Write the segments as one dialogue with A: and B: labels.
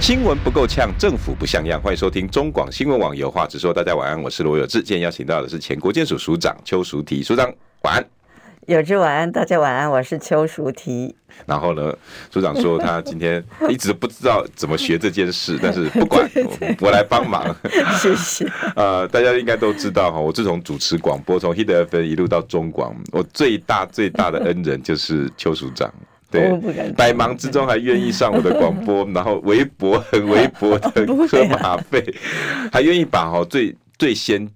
A: 新闻不够呛，政府不像样。欢迎收听中广新闻网有话直说。大家晚安，我是罗有志。今天邀请到的是前国建署署长邱淑媞，署长晚安。
B: 有志晚安，大家晚安，我是邱淑 媞。
A: 然后呢，组长说他今天一直不知道怎么学这件 事，但是不管，我我来帮忙。
B: 谢谢。
A: 呃，大家应该都知道哈，我自从主持广播，从 Hit FM 一路到中广，我最大最大的恩人就是邱署 长。对
B: 我不敢，
A: 百忙之中还愿意上我的广 播，然后微薄很微薄的
B: 啊
A: 车马费，还愿意把哈最最先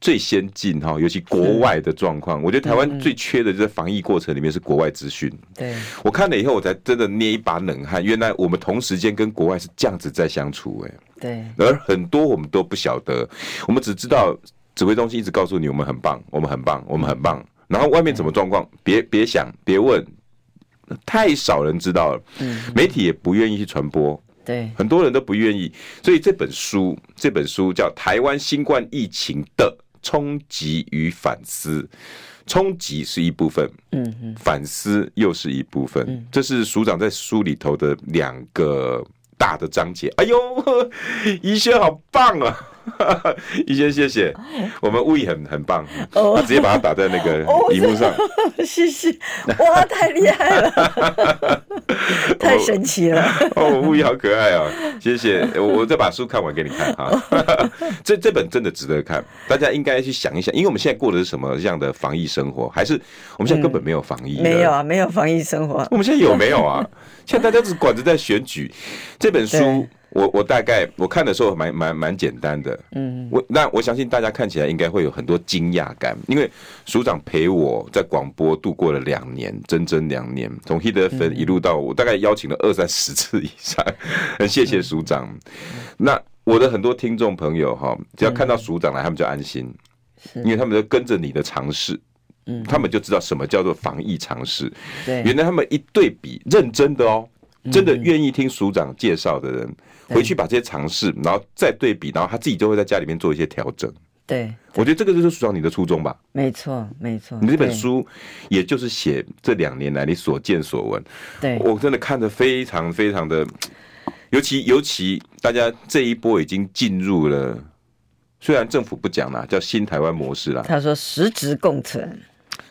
A: 最先进哈，尤其国外的状况，我觉得台
B: 嗯
A: 湾最缺的就是防疫过程里面是国外资讯。
B: 对，
A: 我看了以后，我才真的捏一把冷汗，原来我们同时间跟国外是这样子在相处、欸，
B: 对，
A: 而很多我们都不晓得，我们只知道指挥中心一直告诉你我们很棒，我们很棒，我们很棒，然后外面怎么状况，别别想，别问。太少人知道了，媒体也不愿意去传播，
B: 对，
A: 很多人都不愿意。所以这本书，这本书叫《台湾新冠疫情的冲击与反思》，冲击是一部分，
B: 嗯嗯，
A: 反思又是一部分。这是署长在书里头的两个大的章节。哎呦， 医轩好棒啊！ 医轩，谢 谢，我们物语很很棒，
B: 哦
A: 他直接把它打在那个
B: 哦
A: 荧幕上。
B: 谢谢，哇，太厉害 了，太神奇了，
A: 哦，物语好可爱哦，谢谢。我我再把书看完给你看 哈。这这本真的值得看，大家应该去想一想，因为我们现在过的是什么样的防疫生活？还是我们现在根本没有防疫、
B: 嗯没有。啊，没有防疫生活，
A: 我们现在有没有 啊？现在大家只管着在选举。这本书
B: 对，
A: 我我大概我看的时候蛮蛮蛮简单的。
B: 嗯，
A: 我那我相信大家看起来应该会有很多惊讶感，因为署长陪我在广播度过了两年，整整两年，从 Hit
B: 嗯
A: 粉一路到我大概邀请了二三十次以上， 很谢
B: 嗯
A: 谢署长。那我的很多听众朋友哈，只要看
B: 嗯
A: 到署长来，他们就安心，因为他们就跟着你的尝试，
B: 嗯
A: 他们就知道什么叫做防疫尝试。
B: 对嗯
A: 原，来他们一对比，认真的哦，真的愿意听署长介绍的人，
B: 对
A: 回去把这些尝试，然后再对比，然后他自己就会在家里面做一些调整。
B: 对，
A: 我觉得这个就是署长你的初衷吧。
B: 没错，没错。
A: 你这本
B: 对，
A: 书，也就是写这两年来你所见所闻，
B: 对，
A: 我真的看得非常非常的，尤其尤其大家这一波已经进入了，虽然政府不讲啦，叫新台湾模式啦，
B: 他说实质共存，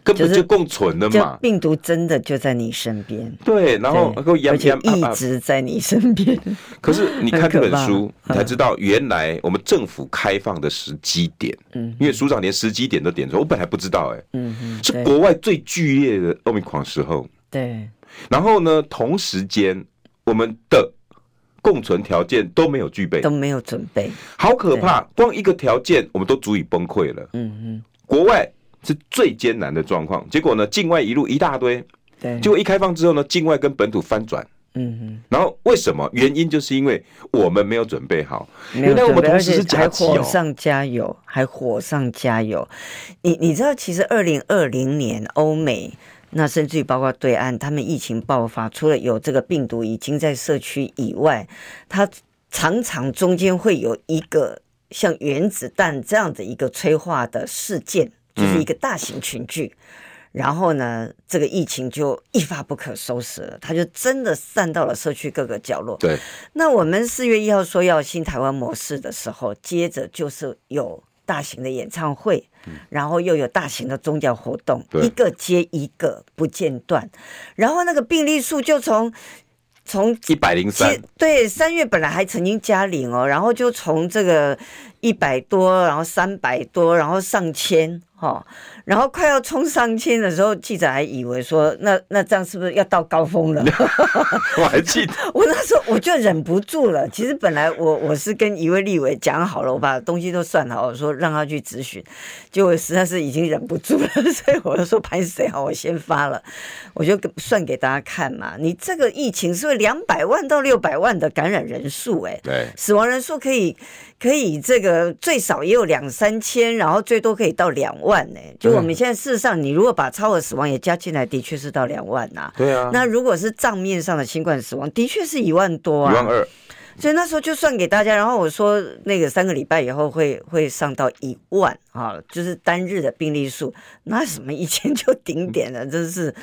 A: 根本
B: 就是
A: 就共存的
B: 就
A: 嘛。
B: 病毒真的就在你身边，
A: 对，然后啊
B: 对
A: 够
B: 而
A: 养
B: 且
A: 养
B: 一直在你身边，
A: 可是你看这本
B: 很
A: 书
B: 可，
A: 你
B: 怕嗯
A: 才知道原来我们政府开放的时机点，
B: 嗯，
A: 因为署长连时机点都点出来，我本来不知道、哎，
B: 嗯嗯，
A: 是
B: 对
A: 国外最剧烈的奥密克戎时候。
B: 对
A: 然后呢，同时间我们的共存条件都没有具备
B: 都，没有准备，
A: 好可怕！光一个条件我们都足以崩溃了。
B: 嗯嗯，
A: 国外是最艰难的状况，结果呢，境外一路一大堆，
B: 对，
A: 结果一开放之后呢，境外跟本土翻转。
B: 嗯嗯。
A: 然后为什么？原因就是因为我们没有准备好。
B: 没有
A: 原来我
B: 准
A: 们
B: 备，
A: 同
B: 而
A: 时
B: 且
A: 是夹
B: 还
A: 击
B: 火
A: 哦。
B: 上加油，还火上加油。你你知道，其实二零二零年欧美。那甚至于包括对岸，他们疫情爆发，除了有这个病毒已经在社区以外，它常常中间会有一个像原子弹这样的一个催化的事件，就是
A: 嗯
B: 一个大型群聚。然后呢，这个疫情就一发不可收拾了，它就真的散到了社区各个角落。
A: 对，
B: 那我们四月一号说要新台湾模式的时候，接着就是有大型的演唱会，然后又有大型的宗教活动，
A: 嗯对
B: 一个接一个不间断，然后那个病例数就从从
A: 一百零三
B: 其对三月本来还曾经加零哦，然后就从这个一百多，然后三百多，然后上千哈、哦，然后快要冲上千的时候，记者还以为说那那这样是不是要到高峰了？
A: 我还记得，
B: 我那时候我就忍不住了。其实本来我我是跟一位立委讲好了，我把东西都算好，我说让他去咨询，结果实在是已经忍不住了， 所以我就说潘谁啊，我先发了，我就算给大家看嘛。你这个疫情是不是两百万到六百万的感染人数、欸？哎，
A: 对
B: 死亡人数可以可以这个个最少也有两三千，然后最多可以到两万呢、就
A: 对啊
B: 我们现在事实上，你如果把超额死亡也加进来，的确是到两万呐、
A: 对啊，
B: 那如果是账面上的新冠死亡，的确是一万多啊，
A: 一万二，
B: 所以那时候就算给大家，然后我说那个三个礼拜以后会会上到一万啊，就是单日的病例数，那什么以前就顶点了，真是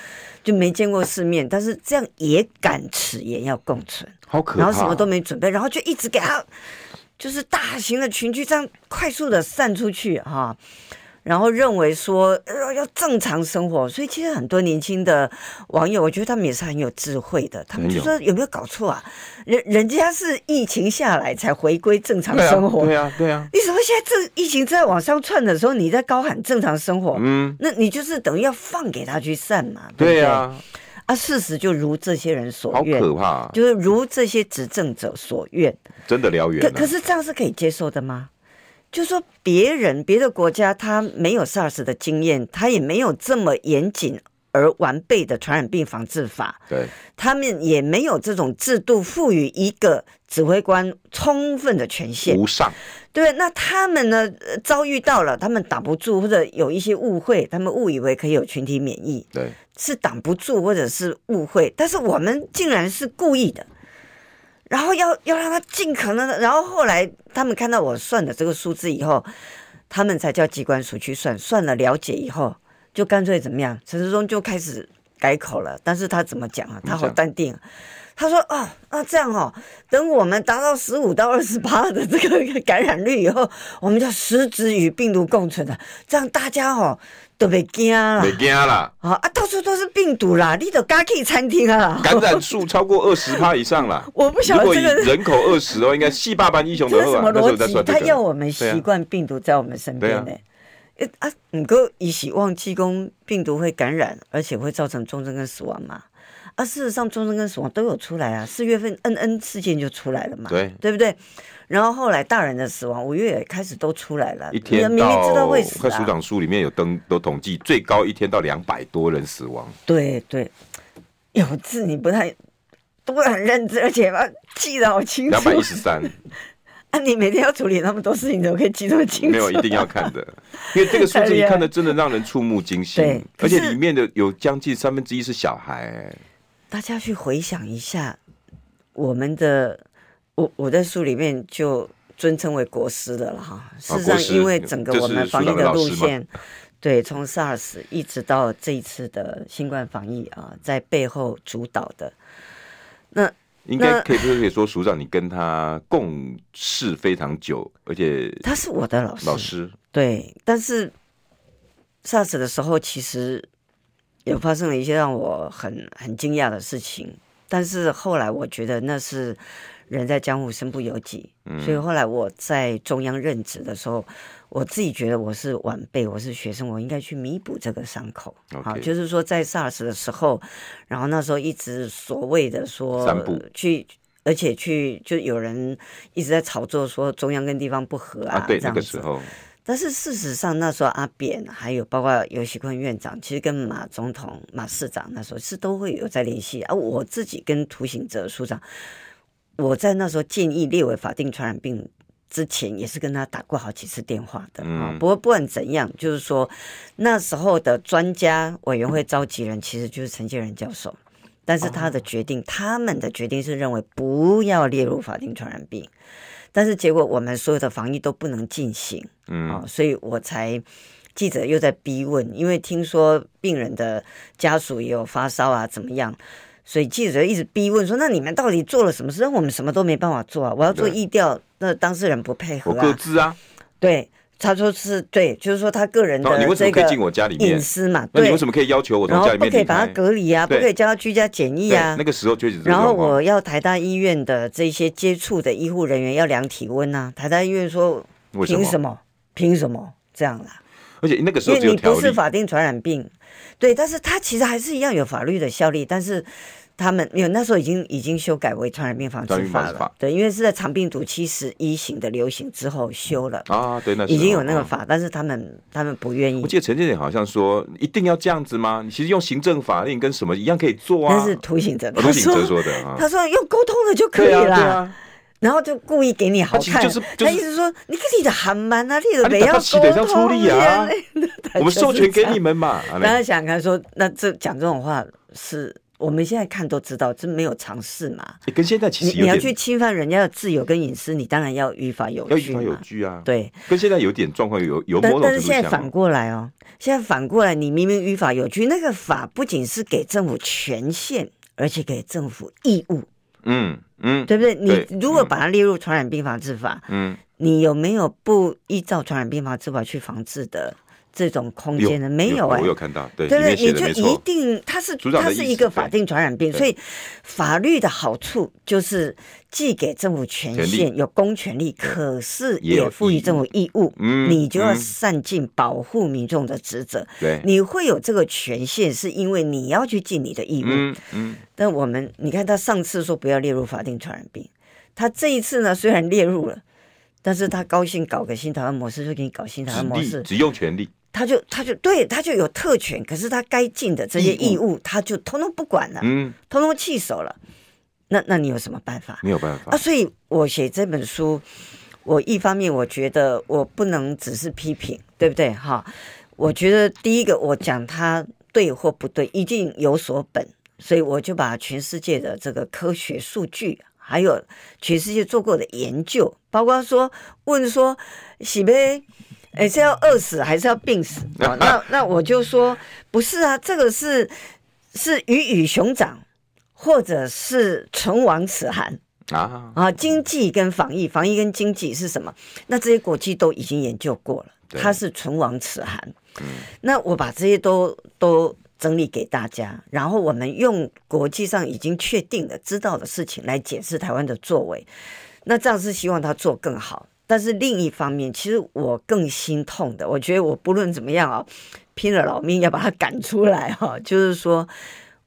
B: 就没见过世面。但是这样也敢吃，也要共存，
A: 好可怕。
B: 然后什么都没准备，然后就一直给他就是大型的群聚这样快速的散出去哈、然后认为说呃要正常生活，所以其实很多年轻的网友，我觉得他们也是很有智慧的，他们就说有没有搞错啊？人人家是疫情下来才回归正常
A: 对啊
B: 生活，
A: 对啊，对啊，
B: 你怎么现在这疫情在往上窜的时候，你在高喊正常生活？
A: 嗯，
B: 那你就是等于要放给他去散嘛，对不
A: 对
B: 对
A: 啊，
B: 啊，事实就如这些人所
A: 好
B: 愿，
A: 可怕，
B: 就是如这些执政者所愿。
A: 真的燎原啊
B: 可
A: 了。
B: 可是这样是可以接受的吗？就说别人别的国家他没有 SARS 的经验，他也没有这么严谨而完备的传染病防治法，
A: 对，
B: 他们也没有这种制度赋予一个指挥官充分的权限，
A: 无上，
B: 对，那他们呢呃遭遇到了，他们挡不住或者有一些误会，他们误以为可以有群体免疫，
A: 对，
B: 是挡不住或者是误会，但是我们竟然是故意的，然后要要让他尽可能的，然后后来他们看到我算的这个数字以后，他们才叫机关署去算，算了了解以后，就干脆怎么样，陈世忠就开始改口了，但是他怎么讲啊？他好
A: 讲
B: 淡定啊。他说：“哦，那这样哦，等我们达到十五到二十八的这个 感染率以后，我们就实质与病毒共存了。这样大家哦都别惊了，
A: 没惊 啦，
B: 啊啊，到处都是病毒啦！你都敢去餐厅啊？
A: 感染数超过二十趴以上啦。
B: 我不晓
A: 如
B: 得
A: 果以
B: 这个
A: 人口二十哦，应该细霸般英雄
B: 这
A: 的
B: 是
A: 后
B: 什
A: 啊
B: 么，
A: 那时候
B: 逻
A: 在
B: 辑？
A: 算这
B: 他要
A: 个。啊
B: 我们习惯病毒在我们身边呢、
A: 对
B: 欸啊，你哥以洗忘记功病毒会感染，而且会造成重症跟死亡嘛？啊，事实上重症跟死亡都有出来啊，四月份 N N 事件就出来了嘛，
A: 对
B: 对不对？然后后来大人的死亡，五月也开始都出来了，
A: 一天到
B: 明明知道会死、
A: 看
B: 啊
A: 署，长书里面有登都统计，最高一天到两百多人死亡，
B: 对对，有字你不太都不是很认真，而且把它记得好清
A: 两
B: 楚
A: 百一。十三，
B: 啊，你每天要处理那么多事情，怎么可以记这么清楚？
A: 没有一定要看的， 因为这个数字一看的真的让人触目惊心
B: 对，可
A: 而
B: 是
A: 且里面的有将近三分之一是小孩，
B: 大家去回想一下，我们的我我在书里面就尊称为国师的了哈。事实上，
A: 啊国师
B: 因为整个我们防疫
A: 这是苏
B: 路
A: 老师
B: 线，对，从 SARS 一直到这一次的新冠防疫啊，在背后主导的。那
A: 应该可以可以说署长你跟他共事非常久，而且
B: 他是我的老师，
A: 老师
B: 对，但是 SARS 的时候，其实也发生了一些让我很很惊讶的事情。但是后来我觉得那是人在江湖身不由己，
A: 嗯
B: 所以后来我在中央任职的时候，我自己觉得我是晚辈，我是学生，我应该去弥补这个伤口。
A: OK
B: 好，就是说在 SARS 的时候，然后那时候一直所谓的说
A: 散步
B: 去。而且去就有人一直在炒作说中央跟地方不和啊，
A: 啊，对
B: 这
A: 那
B: 样
A: 个
B: 子。
A: 时候
B: 但是事实上，那时候阿扁还有包括尤喜坤院长，其实跟马总统、马市长那时候是都会有在联系啊。我自己跟涂行者署长，我在那时候建议列为法定传染病之前，也是跟他打过好几次电话的啊。
A: 嗯
B: 不过不管怎样，就是说那时候的专家委员会召集人其实就是陈建仁教授，但是他的决定，他们的决定是认为不要列入法定传染病，但是结果我们所有的防疫都不能进行。
A: 嗯
B: 啊、所以我才记者又在逼问，因为听说病人的家属也有发烧啊，怎么样？所以记者一直逼问说：“那你们到底做了什么事？那我们什么都没办法做啊！我要做
A: 对
B: 疫调，那当事人不配
A: 我
B: 合
A: 各
B: 啊。
A: 自啊，”
B: 对，他说是对，就是说他个人
A: 然后你
B: 的
A: 为什
B: 这
A: 么可以
B: 个
A: 进我家里面
B: 隐？私嘛，
A: 那你
B: 对
A: 为，什么可以要求我
B: 然
A: 从
B: 后
A: 家里
B: 不
A: 面
B: 可以
A: 离
B: 把
A: 开
B: 他？隔离啊，不
A: 对
B: 可以叫他居家检疫啊
A: 对，那。个时候就是这个
B: 然后
A: 状况
B: 我要台大医院的这些接触的医护人员要量体温啊，台大医院说
A: 为什
B: 凭
A: 么？
B: 什么？凭什么这样啊啦？
A: 而且那个时
B: 因
A: 候
B: 为
A: 只有
B: 你
A: 条
B: 不是
A: 例，
B: 法定传染病，对，但是它其实还是一样有法律的效力，但是他们没有那时候已经已经修改为传染病防
A: 传染
B: 治
A: 病
B: 法
A: 防治
B: 了
A: 法，
B: 对，因为是在长病毒七十一型的流行之后修了，
A: 啊，对，那时候
B: 已经有那个
A: 嗯
B: 法，但是他们他们不愿意
A: 我，记得陈建仁好像说，一定要这样子吗？你其实用行政法令跟什么一样可以做啊。
B: 但是图形者
A: 我
B: 他
A: 都警
B: 说
A: 哲说的啊，
B: 他说用沟通的就可以
A: 对啊，对
B: 啦，
A: 啊，
B: 然后就故意给你好
A: 他其实
B: 看，
A: 就是就
B: 他
A: 是
B: 意思说你跟你的韩漫啊，你的没
A: 啊你打
B: 要
A: 到戏得要
B: 沟
A: 出
B: 通
A: 力啊 我们授权给你
B: 们。
A: 们嘛。啊
B: 大家想想看说，那这讲这种话是我们现在看都知道，这没有尝试嘛。
A: 欸跟现在其
B: 你
A: 实有
B: 你要
A: 点
B: 去侵犯人家的自由跟隐私，你当然要于法有
A: 要
B: 据
A: 依法有
B: 嘛。
A: 据啊，，
B: 对，
A: 跟现在有点状况有有
B: 但
A: 某种
B: 但是
A: 程度
B: 现在
A: 像
B: 反
A: 啊。
B: 过来哦，现在反过来，你明明于法有据，那个法不仅是给政府权限，而且给政府义务，
A: 嗯嗯
B: 对不对？你
A: 对
B: 如果
A: 嗯
B: 把它列入传染病防治法，
A: 嗯，
B: 你有没有不依照传染病防治法去防治的这种空间呢？没有哎、
A: 我有看到，对，
B: 对
A: 里面
B: 对，你
A: 写的
B: 就
A: 没
B: 一
A: 错，
B: 定，它是
A: 组长的
B: 它
A: 意思
B: 是一个
A: 对
B: 法定传染病，
A: 对
B: 所以法律的好处就是既给政府权
A: 权
B: 限，有公权力，可是
A: 也有
B: 也赋予政府义务，
A: 嗯
B: 你就要
A: 嗯
B: 善尽保护民众的职责。
A: 对，
B: 你会有这个权限，是因为你要去尽你的义务。
A: 嗯嗯，
B: 但我们你看，他上次说不要列入法定传染病，他这一次呢虽然列入了，但是他高兴搞个新台湾模式，就给你搞新台湾
A: 只
B: 模式
A: 力，只用权力，
B: 他就他就对他就有特权，可是他该尽的这些义务，他就通通不管了，
A: 嗯，
B: 通通弃守了。那那你有什么办法
A: 没有办
B: 啊？
A: 法，
B: 所以我写这本书，我一方面我觉得我不能只是批评，对不对？哈，我觉得第一个我讲他对或不对，一定有所本，所以我就把全世界的这个科学数据。还有全世界做过的研究，包括说问说喜呗，诶是要饿死还是要病死？哦、那那我就说不是啊，这个是是鱼与熊掌，或者是唇亡齿寒
A: 啊，
B: 啊。经济跟防疫，防疫跟经济是什么？那这些国际都已经研究过了，
A: 对
B: 它是唇亡齿寒。那我把这些都都。整理给大家，然后我们用国际上已经确定的、知道的事情来解释台湾的作为，那这样是希望他做更好。但是另一方面，其实我更心痛的，我觉得我不论怎么样啊、拼了老命要把他赶出来哈、 就是说，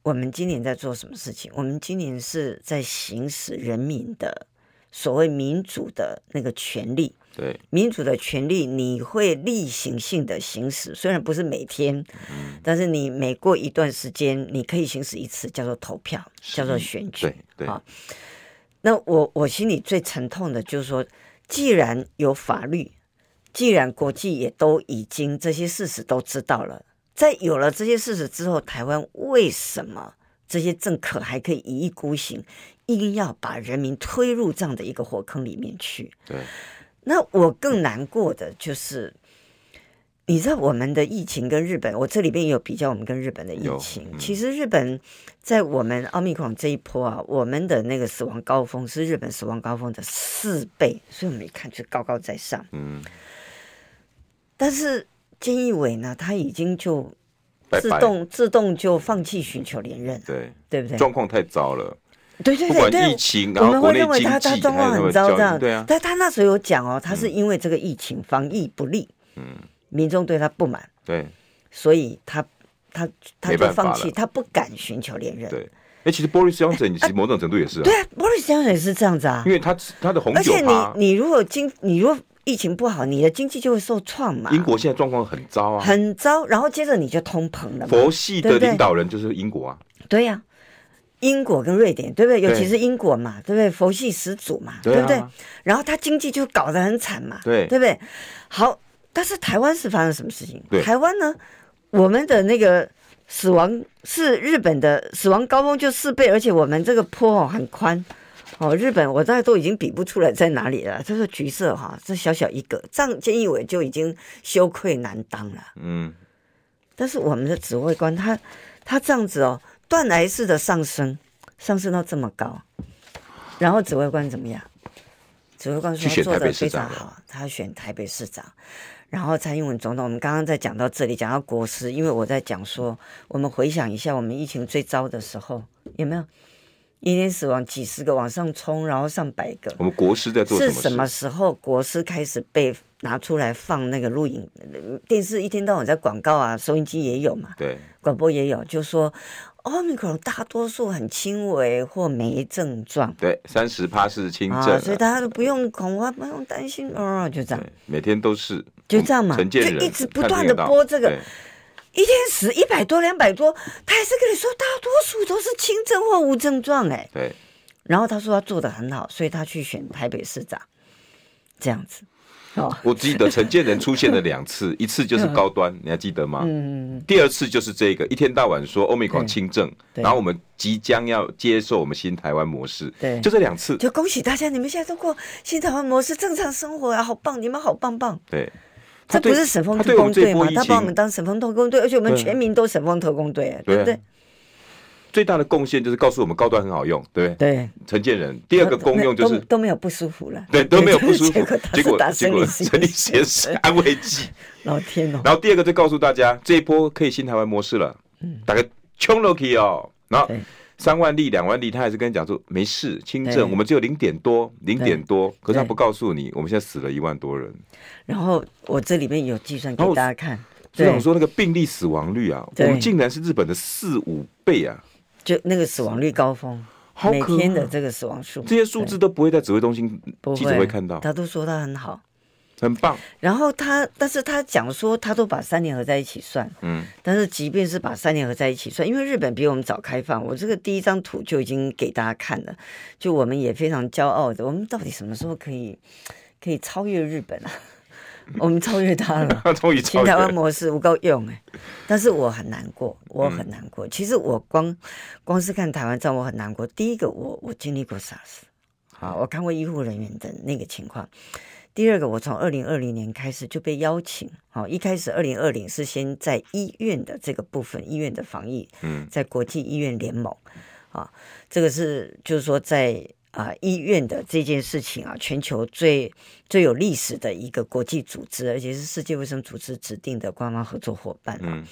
B: 我们今年在做什么事情？我们今年是在行使人民的所谓民主的那个权利。
A: 对，
B: 民主的权利，你会例行性的行使，虽然不是每天，但是你每过一段时间，你可以行使一次，叫做投票，叫做选举。
A: 对对，
B: 好那我我心里最沉痛的就是说，既然有法律，既然国际也都已经这些事实都知道了，在有了这些事实之后，台湾为什么这些政客还可以一意孤行，硬要把人民推入这样的一个火坑里面去？
A: 对，
B: 那我更难过的就是，你知道我们的疫情跟日本，我这里边也有比较我们跟日本的疫
A: 有
B: 情。
A: 嗯
B: 其实日本在我们奥密克戎这一波啊，我们的那个死亡高峰是日本死亡高峰的四倍，所以我们一看就高高在上。
A: 嗯，
B: 但是菅义伟呢，他已经就
A: 拜
B: 自
A: 拜，
B: 动自动就放弃寻求连任了，
A: 对，
B: 对不对？
A: 状况太糟了，
B: 对对
A: 不
B: 对
A: 管
B: 对
A: 疫，情，然
B: 我
A: 后
B: 们
A: 国
B: 会
A: 内
B: 认为
A: 经
B: 他他
A: 济，
B: 状
A: 还
B: 况
A: 有那
B: 很
A: 个
B: 糟
A: 教
B: 这样
A: 育，，对啊，嗯
B: 但他那时候有讲哦，他是因为这个疫情防疫不力，嗯，民众对他不满，
A: 对
B: 所以他他他
A: 没
B: 就
A: 办法
B: 放弃，
A: 了
B: 他不敢寻求连任。
A: 对。哎，其实 Boris Johnson 其实某种程度也是啊
B: 对，啊，波利斯江也是这样子啊
A: 因，为他他的红
B: 而
A: 酒
B: 且你
A: 趴，
B: 你如果经你如果疫情不好，你的经济就会受创嘛，
A: 英国现在状况很糟啊。
B: 很糟，然后接着你就通膨了嘛，
A: 佛系
B: 对
A: 的
B: 不对
A: 领导人就是英国啊，
B: 对呀、英国跟瑞典，对不对？尤
A: 对
B: 其是英国嘛，对不对？佛系始祖嘛，对
A: 啊
B: 不对？然后他经济就搞得很惨嘛，
A: 对
B: 对不对？好，但是台湾是发生什么事情？
A: 对
B: 台湾呢，我们的那个死亡是日本的死亡高峰就四倍，而且我们这个坡哦很宽。哦，日本我大概都已经比不出来在哪里了。这个橘色哈、这小小一个，这样菅义伟就已经羞愧难当了。
A: 嗯，
B: 但是我们的指挥官他他这样子哦，断崖式的上升，上升到这么高，然后指挥官怎么样？指挥官
A: 去
B: 说
A: 选
B: 做
A: 台
B: 的
A: 北市
B: 非常
A: 长
B: 好，他选台北市长。然后蔡英文总统，我们刚刚在讲到这里，讲到国师，因为我在讲说，我们回想一下，我们疫情最糟的时候，有没有一天死亡几十个往上冲，然后上百个？
A: 我们国师在做
B: 是
A: 什
B: 什
A: 么
B: 么
A: 事？
B: 时候国师开始被拿出来放那个录影？呃电视一天到晚在广告啊，收音机也有嘛，
A: 对，
B: 广播也有，就说哦奥密克戎大多数很轻微或没症状
A: 对，三十趴是轻症
B: 啊，
A: 了，
B: 所以大家都不用恐慌，不用担心哦，就这样
A: 对，，每天都是
B: 就这样嘛
A: 陈建仁
B: 就一直不
A: 看
B: 断
A: 得
B: 地
A: 到
B: 播这个
A: 对
B: 一天死一百多、两百多，他还是跟你说大多数都是轻症或无症状、哎，
A: 对
B: 然后他说他做的很好，所以他去选台北市长，这样子。哦，
A: 我记得陈建仁出现了两 次，一次就是高端，你还记得吗？
B: 嗯，
A: 第二次就是这个，一天到晚说欧美狂轻症，
B: 对
A: 然后我们即将要接受我们新台湾模式，
B: 对
A: 就这两次，
B: 就恭喜大家，你们现在都过新台湾模式正常生活啊，好棒，你们好棒棒。
A: 对。
B: 这
A: 他对
B: 不是神风
A: 他
B: 特
A: 对我
B: 工
A: 们这
B: 队
A: 一波
B: 吗？
A: 疫
B: 他把我们
A: 情
B: 当神风特工队，而且我们
A: 对
B: 全民都神风特工队，对
A: 对
B: 不对
A: 啊？最大的贡献就是告诉我们高端很好用，对不对？
B: 对。
A: 陈建仁第二个功用就
B: 都
A: 是
B: 都都没有不舒服了，
A: 对都没有不舒服
B: 结果，
A: 结
B: 结
A: 果
B: 果打
A: 结
B: 生
A: 果
B: 理
A: 生理
B: 性
A: 学是安慰剂。
B: 老天哦，
A: 然后第二个就告诉大家，这一波可以新台湾模式了，大概冲 l k 哦。然后
B: 嗯对
A: 三万例、两万例，他还是跟你讲说没事，轻
B: 对
A: 症我们只有零点多，零点多。可是他不告诉你，我们现在死了一万多人。
B: 然后我这里面有计算给
A: 然后
B: 大家看，
A: 所以
B: 对
A: 我，说那个病例死亡率啊，我
B: 对
A: 们竟然是日本的四五倍啊！
B: 就那个死亡率高峰，
A: 好
B: 每
A: 可
B: 天的
A: 怕
B: 这个死亡数，
A: 这些数字都不会在指挥中心
B: 不
A: 记者会看到，
B: 他都说他很好。
A: 很 棒。
B: 然后他，但是他讲说他都把三年合在一起算，
A: 嗯，
B: 但是即便是把三年合在一起算，因为日本比我们早开放，我这个第一张图就已经给大家看了，就我们也非常骄傲的，我们到底什么时候可以可以超越日本啊？ 我们超越他了。
A: 终于
B: 新
A: 超越
B: 台湾
A: 了。
B: 模式不够用哎、但是我很难过，我很难过。其实我光光是看台湾照，我很难过。第一个，我我经历过 SARS，好，我看过医护人员的那个情况。第二个，我从二零二零年开始就被邀请，好，一开始二零二零是先在医院的这个部分，医院的防疫，
A: 嗯，
B: 在国际医院联盟，啊，这个是就是说在啊、医院的这件事情啊，全球最最有历史的一个国际组织，而且是世界卫生组织指定的官方合作伙伴啊，
A: 嗯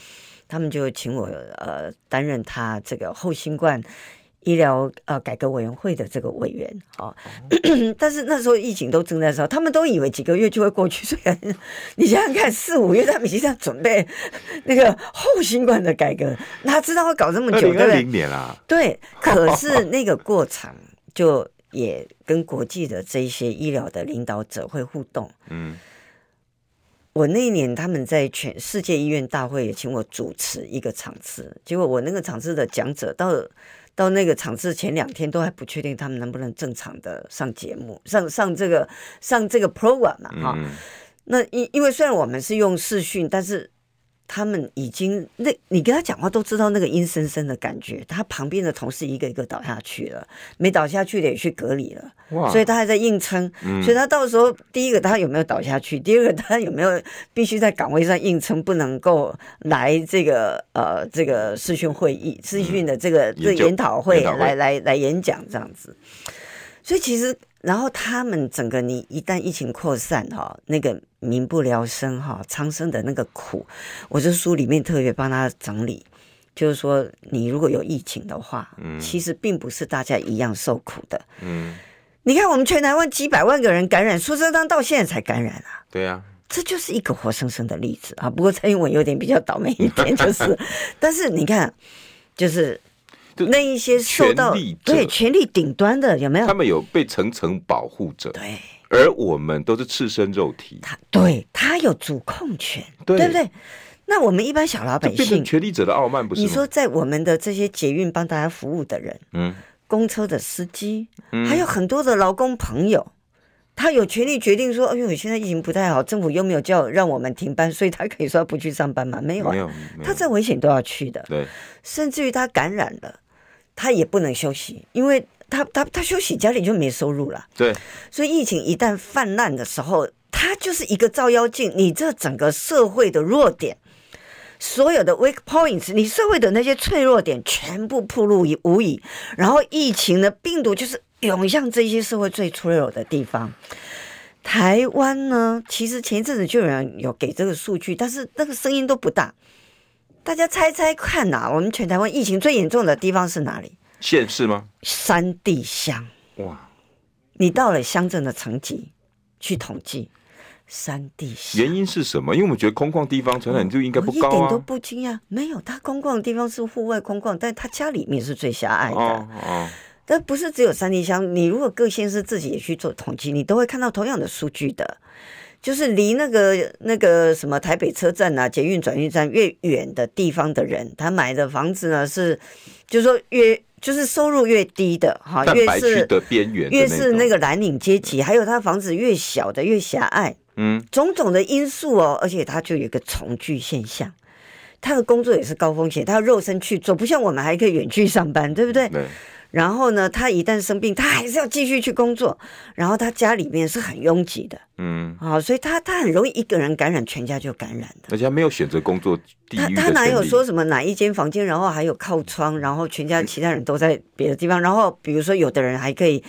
B: 他们就请我呃担任他这个后新冠。医疗呃改革委员会的这个委员
A: 哦
B: 啊、 但是那时候疫情都正在烧，他们都以为几个月就会过去，虽然 你想想看，四五月他们已经在准备那个后新冠的改革，哪知道会搞这么
A: 二
B: 久，对
A: 零
B: 不
A: 二
B: 对？
A: 零年啊，
B: 对，可是那个过程就也跟国际的这一些医疗的领导者会互动。
A: 嗯，
B: 我那一年他们在全世界医院大会也请我主持一个场次，结果我那个场次的讲者到到那个场次前两天都还不确定他们能不能正常的上节目，上上这个上这个 program 嘛、哈、
A: 嗯，
B: 那因因为虽然我们是用视讯，但是他们已经那你跟他讲话都知道那个阴森森的感觉，他旁边的同事一个一个倒下去了，没倒下去的也去隔离了，
A: 哇，
B: 所以他还在硬撑。
A: 嗯
B: 所以他到时候第一个他有没有倒下去，第二个他有没有 必须在岗位上硬撑，不能够来这个呃这个视讯会议、视讯的这个、
A: 嗯
B: 这
A: 研究
B: 研讨会
A: 研讨会
B: 来来来演讲这样子。所以其实，然后他们整个你一旦疫情扩散哈、那个民不聊生哈、苍生的那个苦，我这书里面特别帮他整理。就是说，你如果有疫情的话，
A: 嗯
B: 其实并不是大家一样受苦的，
A: 嗯，
B: 你看，我们全台湾几百万个人感染，苏贞昌到现在才感染啊，
A: 对啊，
B: 这就是一个活生生的例子啊。不过蔡英文有点比较倒霉一 点，就是，但是你看，就是
A: 就
B: 那一些受到
A: 权力者
B: 对权力顶端的有没
A: 他
B: 有？
A: 们有被层层保护着，
B: 对
A: 而我们都是赤身肉体，
B: 他，对他有主控权，
A: 对
B: 对不对？那我们一般小老
A: 这
B: 百
A: 变成
B: 姓，
A: 权力者的傲慢，不是
B: 你
A: 吗？
B: 说在我们的这些捷运帮大家服务的人，
A: 嗯，
B: 公车的司机，
A: 嗯
B: 还有很多的劳工朋友，他有权利决定说：“哎呦，现在疫情不太好，政府又没有叫让我们停班，所以他可以说他不去上班吗？没有啊，
A: 没有，没
B: 他
A: 有
B: 再危险都要去的，
A: 对，
B: 甚至于他感染了，他也不能休息，因为他他他休息家里就没收入了。
A: 对，
B: 所以疫情一旦泛滥的时候，它就是一个照妖镜，你这整个社会的弱点。所有的 weak points，你社会的那些脆弱点全部暴露于无遗，然后疫情的病毒就是涌向这些社会最脆弱的地方。台湾呢，其实前一阵子就有人有给这个数据，但是那个声音都不大。大家猜猜看呐、啊我们全台湾疫情最严重的地方是哪里？
A: 县市吗？
B: 山地乡。
A: 哇，
B: 你到了乡镇的层级去统计，山地小
A: 原因是什么？因为我们觉得空旷地方传染率应该不
B: 哦我一
A: 高
B: 点都
A: 啊。
B: 不惊讶。没有，他公共的地方是户外公共，但他家里面是最狭隘的。
A: 哦哦，
B: 但不是只有山地乡，你如果各县市自己也去做统计，你都会看到同样的数据的。就是离那个那个什么台北车站啊、捷运转运站越远的地方的人，他买的房子呢是，就是说越就是收入越低的哈，
A: 蛋
B: 啊越
A: 白区
B: 是
A: 的边缘的
B: 越是
A: 种
B: 那个蓝领阶级，还有他房子越小的越狭隘，
A: 嗯，
B: 种种的因素哦，而且他就有一个从聚现象。他的工作也是高风险，他要肉身去做，不像我们还可以远距上班，对不对？
A: 对，
B: 然后呢，他一旦生病，他还是要继续去工作。然后他家里面是很拥挤的
A: 嗯，
B: 啊、所以他他很容易一个人感染，全家就感染的。
A: 而且他没有选择工作地
B: 他
A: 域的
B: 他哪
A: 权
B: 有
A: 利
B: 说什么哪一间房间，然后还有靠窗，然后全家其他人都在别的地方，然后比如说有的人还可以，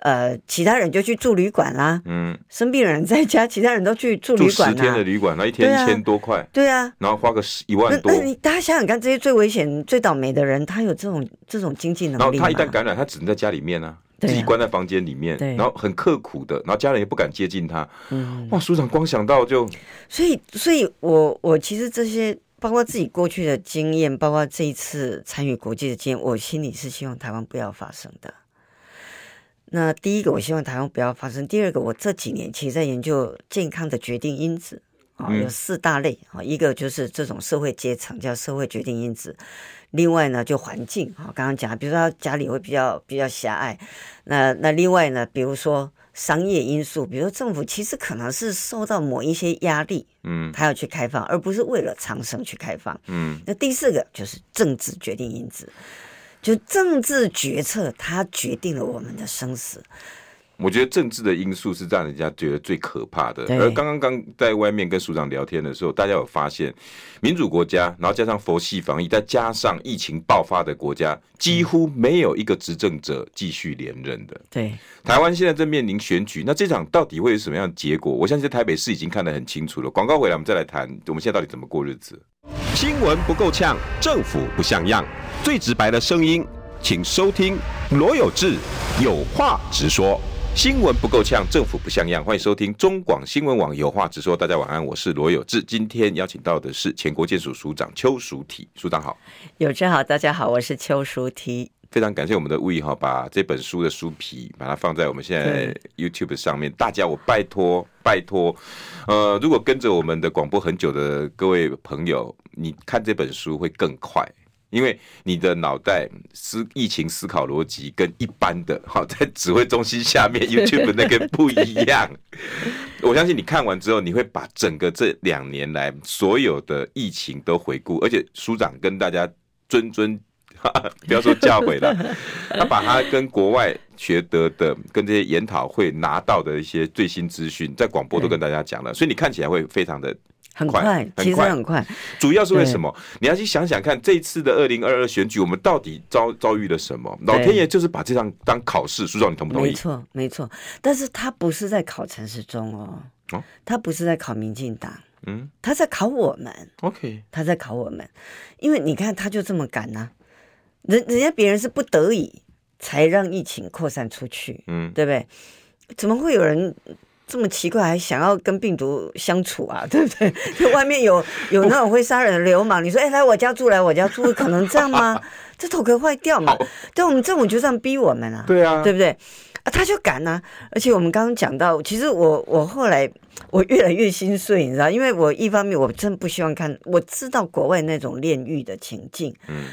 B: 呃，其他人就去住旅馆啦、
A: 嗯，
B: 生病的人在家，其他人都去住
A: 住
B: 旅
A: 十
B: 馆
A: 天
B: 啦、
A: 的旅馆，那一天
B: 对啊
A: 一千多块，
B: 对啊，
A: 然后花个十一万
B: 那
A: 多
B: 那，你大家想想看，这些最危险、最倒霉的人，他有这种这种经济能
A: 然后
B: 力
A: 他一旦
B: 吗
A: 感染，他只能在家里面啊，
B: 啊对啊
A: 自己关在房间里面
B: 对，嗯
A: 然后很刻苦的，然后家人也不敢接近他。哇，署长光想到就
B: 所以，所以我我其实这些，包括自己过去的经验，包括这一次参与国际的经验，我心里是希望台湾不要发生的。那第一个，我希望台湾不要发生；第二个，我这几年其实在研究健康的决定因子啊、
A: 嗯
B: 有四大类啊、一个就是这种社会阶层叫社会决定因子，另外呢就环境啊、刚刚讲，比如说他家里会比较比较狭隘，那那另外呢，比如说商业因素，比如说政府其实可能是受到某一些压力，
A: 嗯
B: 他要去开放，而不是为了长生去开放。
A: 嗯
B: 那第四个就是政治决定因子，就政治决策，它决定了我们的生死。
A: 我觉得政治的因素是让人家觉得最可怕的。
B: 对
A: 而刚刚刚在外面跟署长聊天的时候，大家有发现，民主国家，然后加上佛系防疫，再加上疫情爆发的国家，几乎没有一个执政者继续连任的。
B: 对，
A: 台湾现在正面临选举，那这场到底会有什么样的结果？我相信在台北市已经看得很清楚了。广告回来，我们再来谈我们现在到底怎么过日子。新闻不够呛，政府不像样，最直白的声音，请收听罗有志有话直说。新闻不够呛，政府不像样，欢迎收听中广新闻网有话直说。大家晚安，我是罗有志。今天邀请到的是前国建署署长邱淑体，署长好。
B: 有志好，大家好，我是邱淑缇。
A: 非常感谢我们的物语哈，把这本书的书皮把它放在我们现在 YouTube 上面。大家我拜托拜托，呃，如果跟着我们的广播很久的各位朋友，你看这本书会更快。因为你的脑袋思疫情思考逻辑跟一般的哈在指挥中心下面 YouTube 那个不一样，我相信你看完之后，你会把整个这两年来所有的疫情都回顾，而且署长跟大家谆谆，哈哈 不要说教诲 了，他把他跟国外学得的、跟这些研讨会拿到的一些最新资讯，在广播都跟大家讲
B: 嗯
A: 了，所以你看起来会非常的
B: 很
A: 快
B: 快
A: 很，
B: 其实
A: 快
B: 很快。
A: 主要是为什么？你要去想想看，这一次的二零二二选举，我们到底遭遭遇了什么？老天爷就是把这张当考试，署长你同不同
B: 没
A: 意？
B: 错，没错。但是他不是在考陈时中哦，
A: 哦
B: 他不是在考民进党，
A: 嗯
B: 他在考我们。
A: ，OK，
B: 他在考我们，因为你看他就这么赶呐、人人家别人是不得已才让疫情扩散出去，
A: 嗯，
B: 对不对？怎么会有人这么奇怪，还想要跟病毒相处啊？ 对不对？就外面有有那种会杀人的流氓，你说哎来我家住，来我家住，可能这样吗？这头壳坏掉嘛？对，我们政府就这样逼我们啊。
A: 对啊，
B: 对不对？啊，他就敢啊！而且我们刚刚讲到，其实我我后来我越来越心碎，你知道，因为我一方面我真不希望看，我知道国外那种炼狱的情境，
A: 嗯，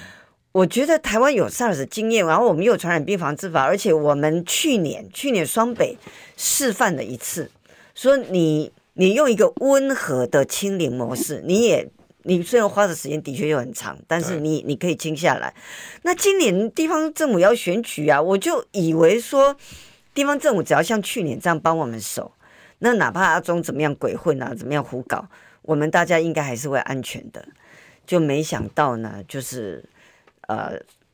B: 我觉得台湾有 SARS 的经验，然后我们又有传染病防治法，而且我们去年去年双北示范了一次，说你你用一个温和的清零模式，你也你虽然花的时间的确又很长，但是
A: 对
B: 你你可以清下来。那今年地方政府要选举啊，我就以为说地方政府只要像去年这样帮我们守，那哪怕阿中怎么样鬼混啊，怎么样胡搞，我们大家应该还是会安全的。就没想到呢，就是呃，